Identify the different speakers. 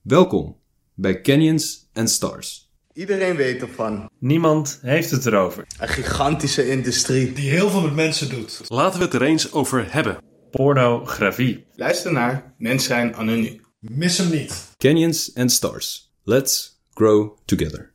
Speaker 1: Welkom bij Canyons and Stars.
Speaker 2: Iedereen weet ervan.
Speaker 3: Niemand heeft het erover.
Speaker 2: Een gigantische industrie.
Speaker 4: die heel veel met mensen doet.
Speaker 5: Laten we het er eens over hebben.
Speaker 3: Pornografie.
Speaker 6: Luister naar Mens zijn anoniem.
Speaker 4: Mis hem niet.
Speaker 1: Canyons and Stars. Let's grow together.